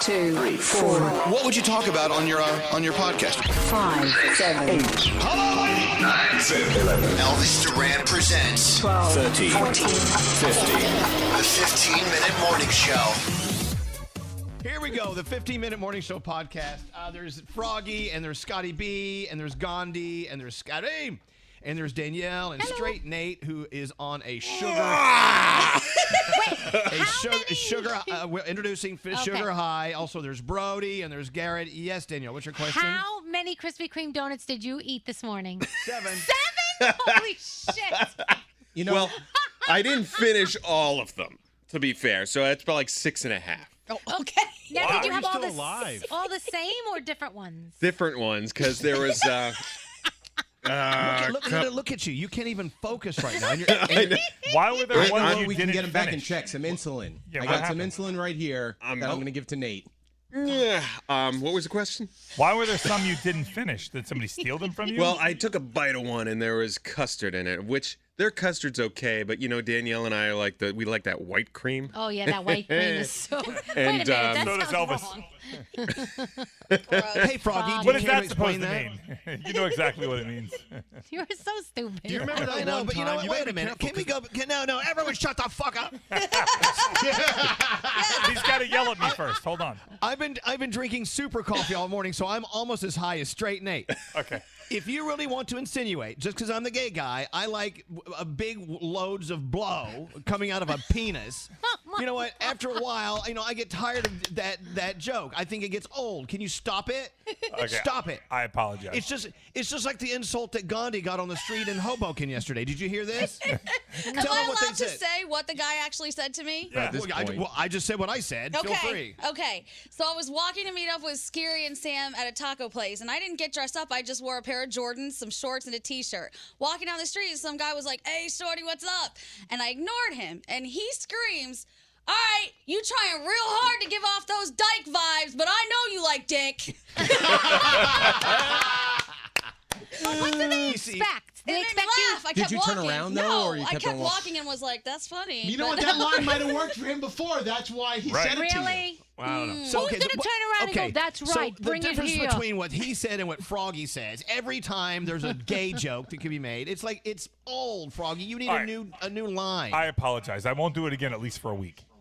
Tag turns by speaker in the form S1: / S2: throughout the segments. S1: two, three, four,
S2: What would you talk about on your uh, on your podcast?
S1: five, seven, eight,
S2: Elvis Duran presents
S1: twelve, fourteen,
S2: the 15 minute morning show.
S3: Here we go, the 15 minute morning show podcast. Uh, there's Froggy, and there's Scotty B, and there's Gandhi, and there's Scotty, and there's Danielle, and Straight Nate, who is on a sugar, a sugar, sugar. Uh, we're introducing f- sugar high. Also, there's Brody, and there's Garrett. Yes, Danielle, what's your question?
S4: How many Krispy Kreme donuts did you eat this morning?
S3: Seven.
S4: Seven? Holy shit.
S5: You know,
S6: Well, I didn't finish all of them, to be fair. So that's probably like six and a half
S4: Okay. Now,
S3: Wow,
S4: did you
S3: you're
S4: have all
S3: still
S4: the,
S3: alive.
S4: s- all the same or different ones?
S6: different ones because there was. Uh, uh,
S3: Look, look, look at you. You can't even focus right now. And you're,
S6: I know.
S7: Why were there
S6: Wait,
S7: ones
S6: I'm-
S7: you
S5: we can
S7: didn't
S5: get him back in
S7: finish?
S5: check. Some insulin.
S7: Yeah,
S5: I
S7: what
S5: got
S7: happened?
S5: some insulin right here
S6: I'm-
S5: that I'm going to give to Nate.
S6: yeah. um, what was the question?
S7: Why were there some you didn't finish? Did somebody steal them from you?
S6: Well, I took a bite of one and there was custard in it, which their custard's okay, but you know Danielle and I are like the we like that white cream.
S4: Oh, yeah, that white cream is so. Wait a
S6: And,
S4: minute.
S6: um,
S4: That
S7: So does
S4: sounds
S7: Elvis.
S4: wrong.
S3: hey, Froggy, do
S7: what
S3: you
S7: is
S3: care
S7: that
S3: to
S7: supposed
S3: explain
S7: to
S3: that?
S7: mean? you know exactly what it means.
S4: You're so stupid.
S3: Do you remember that? I know, but you know what? Wait a minute. Can we go? Can, no, no. Everyone, shut the fuck up.
S7: He's got to yell at me first. Hold on.
S3: I've been I've been drinking super coffee all morning, so I'm almost as high as straight Nate.
S7: Okay.
S3: if you really want to insinuate, just because I'm the gay guy, I like w- a big w- loads of blow coming out of a penis. you know what? After a while, you know, I get tired of that that joke. I think it gets old. Can you stop it?
S7: Okay,
S3: Stop it.
S7: I apologize.
S3: It's just it's just like the insult that Gandhi got on the street in Hoboken yesterday. Did you hear this? Tell
S8: Am
S3: them
S8: I
S3: what they
S8: allowed to
S3: said.
S8: say what the guy actually said to me?
S3: Yeah, well, I, well, I just said what I said.
S8: Okay.
S3: Feel free.
S8: Okay. So I was walking to meet up with Scary and Sam at a taco place, and I didn't get dressed up. I just wore a pair of Jordans, some shorts, and a t-shirt. Walking down the street, some guy was like, "Hey, shorty, what's up?" And I ignored him, and he screams. All right, you trying real hard to give off those dyke vibes, but I know you like dick.
S4: what do they expect? They
S8: And then
S4: expect you.
S8: laugh. I
S5: Did
S8: kept
S5: you
S8: walking.
S5: turn around, though,
S8: no,
S5: or you
S8: I
S5: kept
S8: kept
S5: on walk-
S8: walking and was like, "That's funny."
S9: You know what?
S8: but-
S9: That line might have worked for him before. That's why he said it to you.
S8: Really?
S9: Hmm.
S3: So,
S9: Who's
S3: okay,
S9: gonna
S3: the-
S9: turn around and go,
S3: okay,
S9: "That's
S3: so
S9: right, bring it
S3: The difference
S9: here."
S3: between what he said and what Froggy says. Every time there's a gay joke that can be made, it's like it's old. Froggy, you need
S7: All
S3: a
S7: right.
S3: new a new line.
S7: I apologize. I won't do it again at least for a week.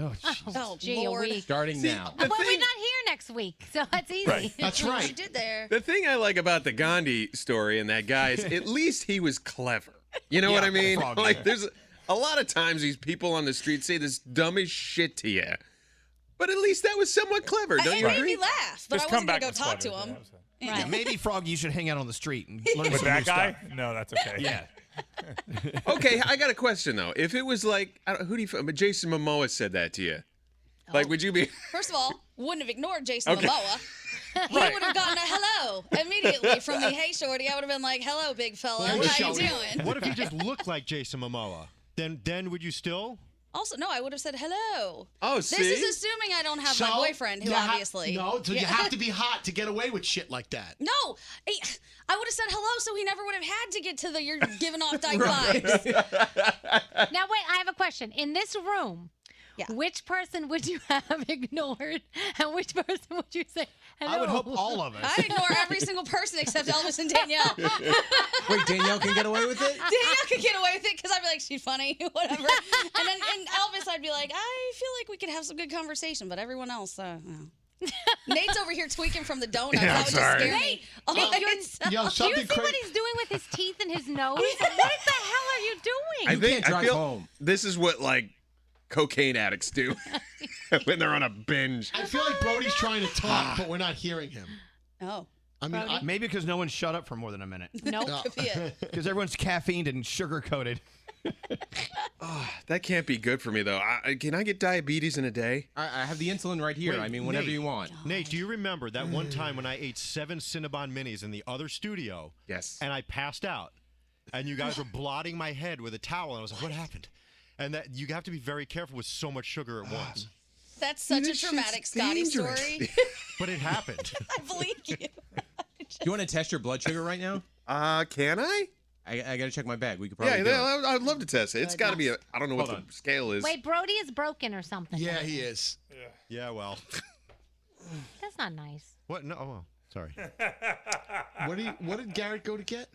S4: Oh, gee, a week.
S6: Starting
S7: See,
S6: now.
S4: Well, we're not here next week, so that's easy.
S6: Right. That's right. What you
S8: did there.
S6: The thing I like about the Gandhi story and that guy is at least he was clever. You know what I mean?
S5: oh,
S7: froggy.
S6: Like there's a lot of times these people on the street say this dumbest shit to you. But at least that was somewhat clever,
S8: I-
S6: don't
S8: it
S6: you
S8: made
S6: agree?
S8: me laugh, but I wasn't gonna go talk to him.
S3: Yeah, maybe Froggy, you should hang out on the street and learn
S6: With
S3: some
S6: that
S3: new
S6: guy?
S3: Stuff.
S7: No, that's okay.
S3: Yeah.
S6: okay, I got a question though. If it was like I don't, who do you but Jason Momoa said that to you.
S8: Oh.
S6: Like would you be
S8: First of all, wouldn't have ignored Jason
S6: Okay.
S8: Momoa. He
S6: Right.
S8: would have gotten a hello immediately from me. Hey, shorty. I would have been like, "Hello, big fella.
S10: Well,
S8: How you
S10: shall we-
S8: doing?"
S10: What if you just looked like Jason Momoa? Then, then would you still?
S8: Also, no, I would have said hello.
S10: Oh,
S8: This is
S10: see?
S8: assuming I don't have
S10: So,
S8: my boyfriend, who
S10: you ha-
S8: obviously.
S10: no, so you
S8: Yeah.
S10: have to be hot to get away with shit like that.
S8: No, I, I would have said hello, so he never would have had to get to the you're giving off dyke vibes.
S4: now wait, I have a question. In this room, which person would you have ignored, and which person would you say hello?
S3: I would hope all of us.
S8: I ignore every single person except Elvis and Danielle. Danielle
S5: Wait, Danielle can get away with it?
S8: could get away with it because I'd be like, she's funny, whatever. And then and Elvis, I'd be like, I feel like we could have some good conversation, but everyone else, uh, no. Nate's over here tweaking from the donuts.
S4: Yeah,
S8: that would just
S4: sorry.
S8: scare me.
S4: Nate,
S8: all
S4: Nate,
S8: by
S4: you're-
S8: itself.
S4: Do you see what he's doing with his teeth and his nose? What the hell are you doing?
S6: I think I feel this is what like cocaine addicts do when they're on a binge.
S10: I feel like Brody's trying to talk, but we're not hearing him.
S8: Oh.
S10: I mean, I,
S3: Maybe because no one shut up for more than a minute.
S10: Nope. No. Could be it.
S3: Because everyone's caffeined and sugar coated.
S6: That can't be good for me though. I, I- can I get diabetes in a day?
S5: I, I have the insulin right here.
S10: Wait,
S5: I mean, whenever
S10: Nate,
S5: you want.
S10: Nate, do you remember that one time when I ate seven Cinnabon minis in the other studio?
S6: Yes.
S10: And I passed out, and you guys were blotting my head with a towel, and I was like, "What happened?" And that you have to be very careful with so much sugar at once.
S8: That's such a dramatic Scotty
S10: dangerous.
S8: story.
S10: but it happened.
S8: I believe you.
S5: You want to test your blood sugar right now?
S6: Uh, can I?
S5: I, I got to check my bag. We could probably.
S6: Yeah,
S5: do it.
S6: yeah, I- I'd love to test it. It's got to be. A, I don't know what
S5: Hold
S6: the scale is.
S4: Wait, Brody is broken or something.
S10: is. Yeah. well.
S4: That's not nice.
S10: What? No. Oh, sorry. what do you? What did Garrett go to get?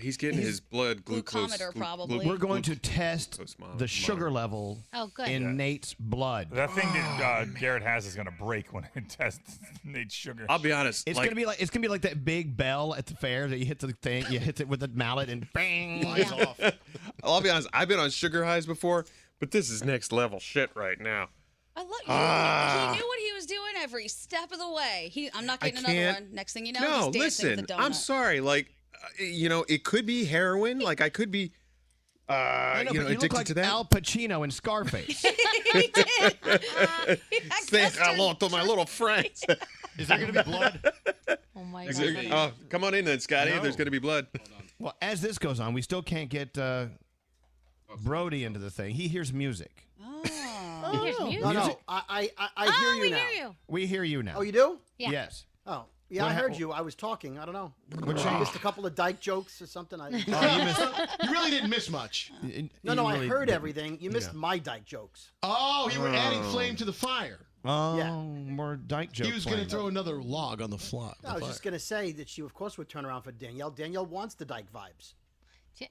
S6: He's getting his blood glucose.
S8: Glucometer,
S6: glu-
S8: probably.
S6: glu-
S3: We're going to test
S6: mo-
S3: the sugar level
S8: Oh, good.
S3: in
S7: Yeah.
S3: Nate's blood.
S7: That thing that uh, Garrett has is gonna break when it tests Nate's sugar.
S6: I'll be honest.
S3: It's gonna be like it's gonna be like that big bell at the fair that you hit the thing, you hit it with a mallet and bang.
S6: Lights off. I'll be honest. I've been on sugar highs before, but this is next level shit right now.
S8: I love you.
S6: Ah.
S8: he knew what he was doing every step of the way. He, I'm not
S6: I
S8: getting another
S6: can't-
S8: one. Next thing you know,
S6: No,
S8: he's dancing
S6: listen.
S8: with a donut.
S6: I'm sorry. Like, uh, you know, it could be heroin. Like, I could be, uh,
S3: I know,
S6: you know,
S3: but you
S6: addicted
S3: look like
S6: to that.
S3: Al Pacino in Scarface.
S6: Say hello to my little friends.
S10: Is there gonna be blood?
S4: Oh my
S3: Is
S4: god.
S3: there- God.
S6: Oh, come on in then, Scotty.
S3: No.
S6: There's gonna be blood.
S3: well, as this goes on, we still can't get uh, Brody into the thing. He hears music.
S8: Oh.
S11: Here's music. No,
S3: Music?
S11: no, I, I, I I
S8: Oh,
S11: hear you
S8: we
S11: now.
S8: hear you.
S3: We hear you now.
S11: Oh, you do?
S8: Yeah.
S3: Yes.
S11: Oh, yeah,
S3: What
S11: I
S3: hap-
S11: heard you. I was talking. I don't know.
S3: What
S11: I
S3: you-
S11: missed a couple of dyke jokes or something. I,
S10: You really didn't miss much.
S11: no, no, I heard
S10: everything.
S11: everything. You missed
S10: Yeah.
S11: my dyke jokes.
S10: Oh, you were adding
S11: Oh.
S10: flame to the fire.
S3: Oh, more dyke jokes.
S10: He was going to
S3: playing.
S10: throw another log on the fly.
S11: No, I was just gonna say that she, of course, would turn around for Danielle. Danielle wants the dyke vibes.
S4: Ti-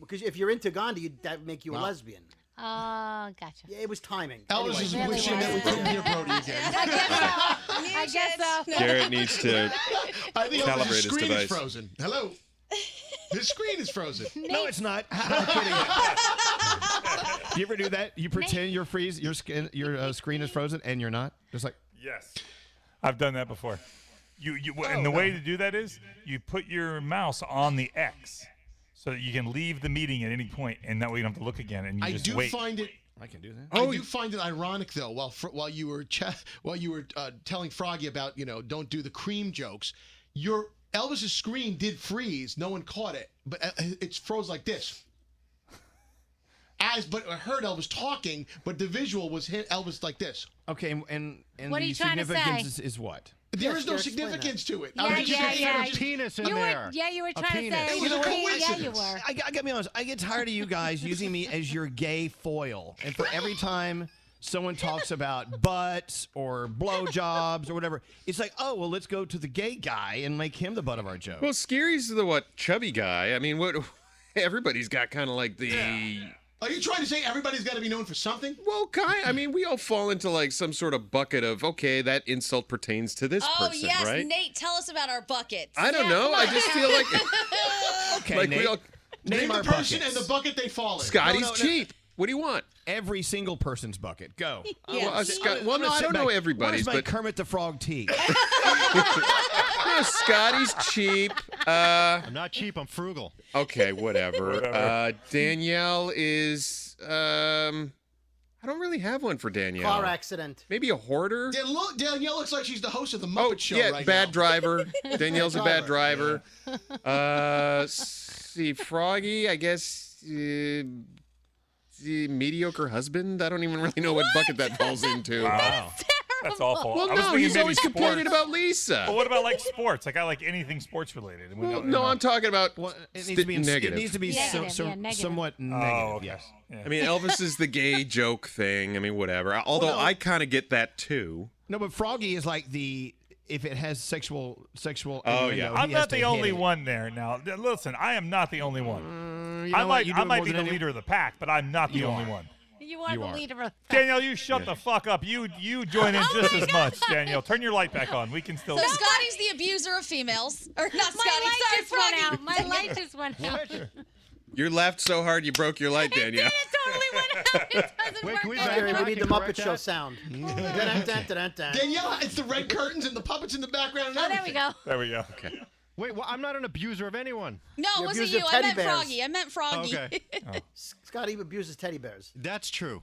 S11: Because if you're into Gandhi, you'd- that would make you a
S4: Wow.
S11: lesbian.
S12: Oh, gotcha.
S11: Yeah, it was timing.
S12: Elvis
S11: Anyway.
S12: is Really wishing that we was. couldn't hear Brody again. I
S8: I guess so.
S6: Garrett needs to
S9: I think
S6: calibrate
S9: his
S6: his
S9: screen
S6: device.
S9: is frozen. Hello. His screen is frozen.
S3: No, it's not. I'm kidding. you ever do that? You pretend your freeze, your skin, your uh, screen is frozen, and you're not. Just like
S7: Yes. I've done that before. You, you, and the way to do that is you put your mouse on the X so that you can leave the meeting at any point, and that way you don't have to look again. And you
S9: I
S7: just
S9: do
S7: wait.
S9: find it.
S3: I can do that.
S9: I do find it ironic though. While fr- while you were ch- while you were uh, telling Froggy about you know don't do the cream jokes, your Elvis's screen did freeze. No one caught it, but uh, it's froze like this. As but I heard Elvis talking, but the visual was hit Elvis like this.
S3: Okay, and and, and
S12: What are
S3: the
S12: you trying to
S3: significance
S12: say?
S3: Is, is what?
S9: There
S12: Yes,
S9: is no
S12: Derek, explain that.
S9: significance to it.
S12: Yeah,
S9: I'm just-
S12: yeah,
S9: just-
S12: yeah.
S9: just-
S12: penis in You were- there. yeah, you were A trying to penis. say-
S3: It was a
S12: you were- yeah, you
S3: coincidence.
S12: were.
S3: I, got- I gotta be honest. I get tired of you guys using me as your gay foil, and for every time someone talks about butts or blowjobs or whatever, it's like, oh well, let's go to the gay guy and make him the butt of our joke.
S6: Well, Scary's the what chubby guy. I mean, what everybody's got kind of like the.
S9: Are you trying to say everybody's got to be known for something?
S6: Well, kind. I mean, we all fall into like some sort of bucket of okay, that insult pertains to this
S8: oh
S6: person,
S8: yes,
S6: right?
S8: Nate, tell us about our buckets.
S6: I don't know. I just feel like
S3: Okay,
S6: like we
S3: Nate.
S6: all
S3: Name
S9: the
S3: our
S9: person
S3: buckets.
S9: and the bucket they fall in.
S6: Scotty's cheap. What do you want?
S3: Every single person's bucket. Go.
S6: Yeah. Well, I- Scott- well, no,
S3: gonna
S6: I
S3: sit
S6: don't know
S3: back.
S6: everybody's,
S3: Where's my
S6: but-
S3: Kermit the Frog tea.
S6: Yeah, Scotty's cheap. Uh,
S10: I'm not cheap. I'm frugal.
S6: okay, whatever.
S10: Whatever.
S6: Uh, Danielle is. Um, I don't really have one for Danielle.
S11: Car accident.
S6: Maybe a hoarder. Oh,
S9: Dan- look, Danielle looks like she's the host of the Muppet Show
S6: yeah,
S9: right
S6: bad
S9: now.
S6: driver. Danielle's a bad driver. Uh, see, Froggy, I guess, uh, the mediocre husband. I don't even really know what, bucket that falls into.
S7: Wow. That's awful.
S6: Well,
S7: I was
S6: no,
S7: thinking
S6: he's
S7: maybe
S6: always
S7: sports.
S6: complaining about Lisa.
S7: But what about like sports? Like I like anything sports related. We
S6: Well,
S7: don't-
S6: no, I'm talking about
S3: it
S6: st-
S3: needs to be in-
S6: negative.
S3: It needs to be some,
S12: Negative,
S3: some,
S12: yeah, negative.
S3: somewhat negative. Yes.
S6: I mean, Elvis is the gay joke thing. I mean, whatever. Although
S3: no.
S6: I kind of get that too.
S3: No, but Froggy is like the if it has sexual sexual.
S6: Oh,
S3: innuendo,
S6: yeah.
S3: he
S7: I'm
S3: has
S7: not
S3: to
S7: the
S3: hit
S7: only
S3: it.
S7: one there. Now, Th- listen, I am not the only one.
S9: Mm,
S3: you
S7: I
S3: know what?
S7: might,
S3: You do
S7: I
S3: it
S7: might
S3: more
S7: be the
S3: than anyone-
S7: leader of the pack, but I'm not the
S3: You
S7: only
S3: are.
S7: one.
S12: You are
S7: You
S12: the
S7: are.
S12: leader of
S7: Danielle, you shut the fuck up. You you join
S11: Oh
S7: in just as much, Danielle. Turn your light back on. We can
S8: So
S7: still.
S8: Scotty's the abuser of females, or not Scotty?
S12: My light
S8: sorry,
S12: just went
S8: Froggy.
S12: out. My light just went out. it
S6: You laughed so hard you broke your light, Danielle.
S12: totally went out. It doesn't
S10: Wait,
S12: work.
S10: can we
S12: out.
S10: back-
S11: Jerry, we
S10: I
S11: need the
S10: can
S11: Muppet
S10: correct
S11: Show
S10: that.
S11: sound. Dun-dun-dun-dun-dun.
S9: Danielle, it's the red curtains and the puppets in the background. And
S12: Oh, there we
S9: everything.
S12: go.
S7: There we go.
S6: Okay.
S10: Wait, well, I'm not an abuser of anyone.
S8: No,
S11: The
S8: it wasn't
S11: abusive
S8: you. I
S11: teddy
S8: meant
S11: bears.
S8: Froggy. I meant Froggy.
S10: Okay.
S11: Scotty abuses teddy bears.
S10: That's true.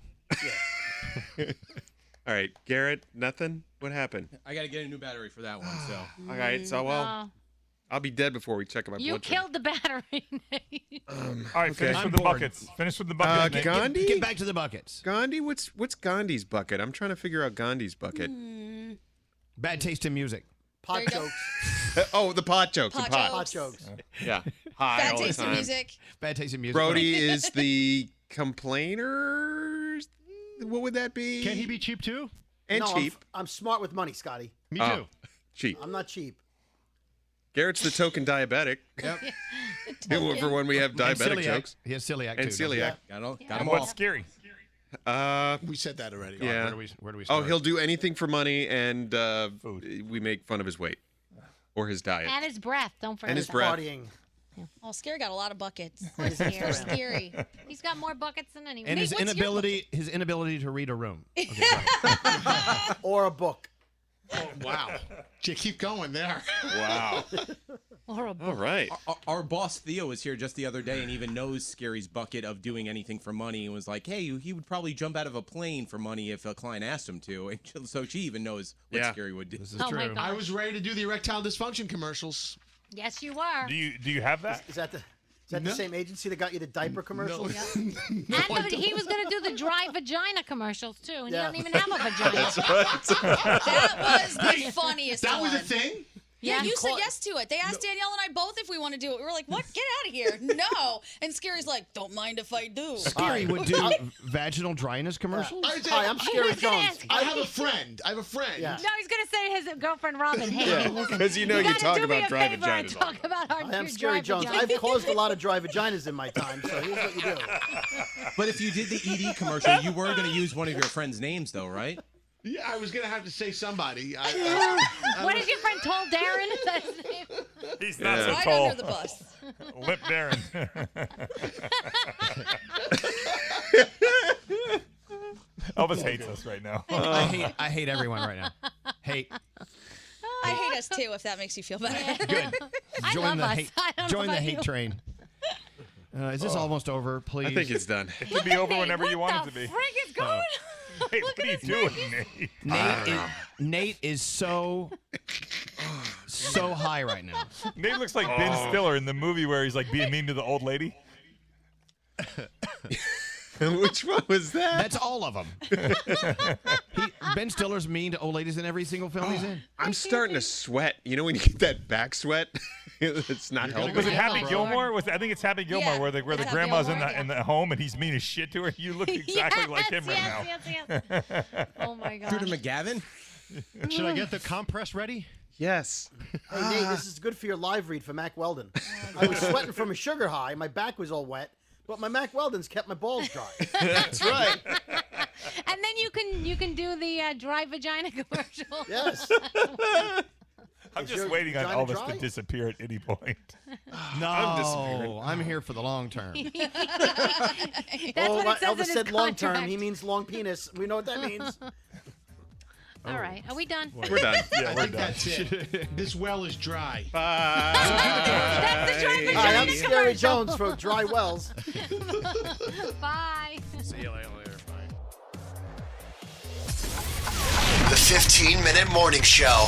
S6: All right, Garrett, nothing. What happened?
S5: I got to get a new battery for that one. So
S6: All right, so well,
S12: Oh,
S6: I'll be dead before we check my
S12: you
S6: blood sugar.
S12: killed the battery. Nate.
S7: All right, finish
S6: Okay.
S7: with
S6: I'm
S7: the
S6: bored.
S7: buckets. Finish with the
S6: Uh,
S7: buckets. Nick.
S6: Gandhi.
S3: Get back to the buckets.
S6: Gandhi. What's what's Gandhi's bucket? I'm trying to figure out Gandhi's bucket.
S3: Bad taste in music.
S11: Pot
S8: you go.
S11: jokes.
S6: Uh, oh, the pot jokes.
S8: Pot
S6: the pot.
S11: Pot jokes.
S6: Yeah. Hi
S8: Bad
S6: all the
S8: taste in
S6: time.
S8: music.
S3: Bad taste in music.
S6: Brody is the complainer. What would that be?
S10: Can he be cheap too?
S6: and
S11: no, I'm
S6: cheap?
S11: f- I'm, smart with money, Scotty.
S10: Me too.
S6: Oh, cheap.
S11: I'm not cheap.
S6: Garrett's the token diabetic. For when we have
S3: And
S6: diabetic
S3: celiac.
S6: jokes
S3: He has celiac
S6: and
S3: too.
S6: celiac.
S5: got all, got
S7: And
S5: them all.
S7: what's scary?
S6: Uh,
S9: We said that already.
S6: Yeah.
S3: Where do we where do we
S6: oh,
S3: start?
S6: he'll do anything for money, and uh,
S7: Food.
S6: we make fun of his weight or his diet.
S12: and his breath. Don't forget.
S6: And his
S12: that.
S6: breath.
S11: Partying.
S8: Oh, Scary got a lot of buckets.
S12: Poor Scary.
S8: Scary.
S12: He's got more buckets than anyone.
S3: And
S12: Nate,
S3: his
S12: what's your
S3: inability his inability to read a room. Okay,
S11: Or a book.
S9: Wow. Jay, keep going there.
S6: Wow.
S12: bucket? Or a book.
S6: All right.
S5: Our, our boss Theo was here just the other day and even knows Scary's bucket of doing anything for money and was like, "Hey, he would probably jump out of a plane for money if a client asked him to." And so she even knows what
S6: Yeah.
S5: Scary would do.
S3: this is
S12: Oh my
S3: true.
S12: God.
S9: I was ready to do the erectile dysfunction commercials.
S12: Yes, you are.
S7: Do you do you have that?
S11: Is that the is that
S9: No.
S11: the same agency that got you the diaper commercials?
S9: No, I
S12: and the,
S9: don't.
S12: he was going to do the dry vagina commercials too, and
S11: Yeah.
S12: he doesn't even have a vagina.
S8: That was the funniest
S9: That was
S8: one.
S9: a thing?
S8: Yeah,
S12: Yeah.
S8: you said
S12: Call-
S8: yes to it. They asked Danielle and I both if we want to do it. We were like, "What? Get out of here!" No. And Scary's like, "Don't mind if I do."
S3: Scary would do vaginal dryness commercials.
S9: I
S12: Hi, I'm Scary I was gonna Jones. ask-
S9: I have a friend. I have a friend.
S12: No, he's gonna say his girlfriend Robin. Hey,
S9: Yeah,
S12: listen,
S9: 'cause you know you
S12: gotta
S9: talk
S12: do me
S9: about
S12: a
S9: dry
S12: favor and
S9: vaginas all
S12: talk about our
S11: I am
S12: your
S11: Scary
S12: dry
S11: Jones.
S12: vagina.
S11: I've caused a lot of dry vaginas in my time, so here's what you do.
S5: But if you did the ED commercial, you were going to use one of your friends' names, though, right?
S9: Yeah, I was gonna have to say somebody. I, I-
S12: what is your friend told Darren? Is that his name?
S7: He's
S9: not so
S12: Right
S9: tall.
S12: under the bus.
S7: Lip Baron. Elvis hates us right now.
S6: Uh,
S3: I hate I hate everyone right now. Hate.
S8: I hate us too. If that makes you feel better.
S3: Good.
S8: I
S3: Join
S8: love
S3: the
S8: us.
S3: hate.
S8: I don't know
S3: Join the
S8: about
S3: hate
S8: you.
S3: train. Uh, is this
S6: Oh.
S3: almost over? Please.
S6: I think it's done.
S7: It can be over whenever you want it to be. Uh,
S12: is going on?
S7: Hey, what are you doing, Nate?
S3: Nate is, Nate is so so high right now.
S7: Nate looks like Ben
S3: Oh.
S7: Stiller in the movie where he's like being mean to the old lady.
S6: Which one was that?
S3: That's all of them. he, ben Stiller's mean to old ladies in every single film he's in.
S6: I'm starting to sweat. You know when you get that back sweat? it's not helping.
S7: Was it Happy Gilmore? Was I think it's Happy Gilmore
S6: Yeah,
S7: where the where the
S6: it's Happy
S7: grandma's in
S6: Gilmore,
S7: the in the home and he's mean as shit to her. You look exactly like him right
S12: yes,
S7: now.
S12: yes, Oh my gosh.
S5: Scooter McGavin?
S10: Should I get the compress ready?
S6: Yes.
S11: Hey, Nate, this is good for your live read for Mac Weldon. I was sweating from a sugar high. My back was all wet, but my Mac Weldon's kept my balls dry.
S6: That's right.
S12: And then you can you can do the uh, dry vagina commercial.
S11: Yes.
S7: I'm
S3: Is
S7: just
S3: your
S7: waiting on
S3: vagina
S7: Elvis
S3: dry?
S7: to disappear at any point.
S3: No,
S7: I'm disappearing.
S3: I'm here for the long term.
S12: That's
S11: oh,
S12: what
S11: my-
S12: it says in
S11: Elvis
S12: his
S11: said long term.
S12: contract.
S11: He means long penis. We know what that means.
S12: All right. Are we done?
S9: I think that's it. This well is dry.
S12: That's
S11: the dry vagina I'm Scary Jones from Dry Wells.
S12: Bye.
S2: See you later. Bye. The 15 Minute Morning Show.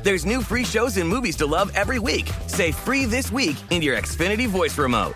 S13: There's new free shows and movies to love every week. Say free this week in your Xfinity voice remote.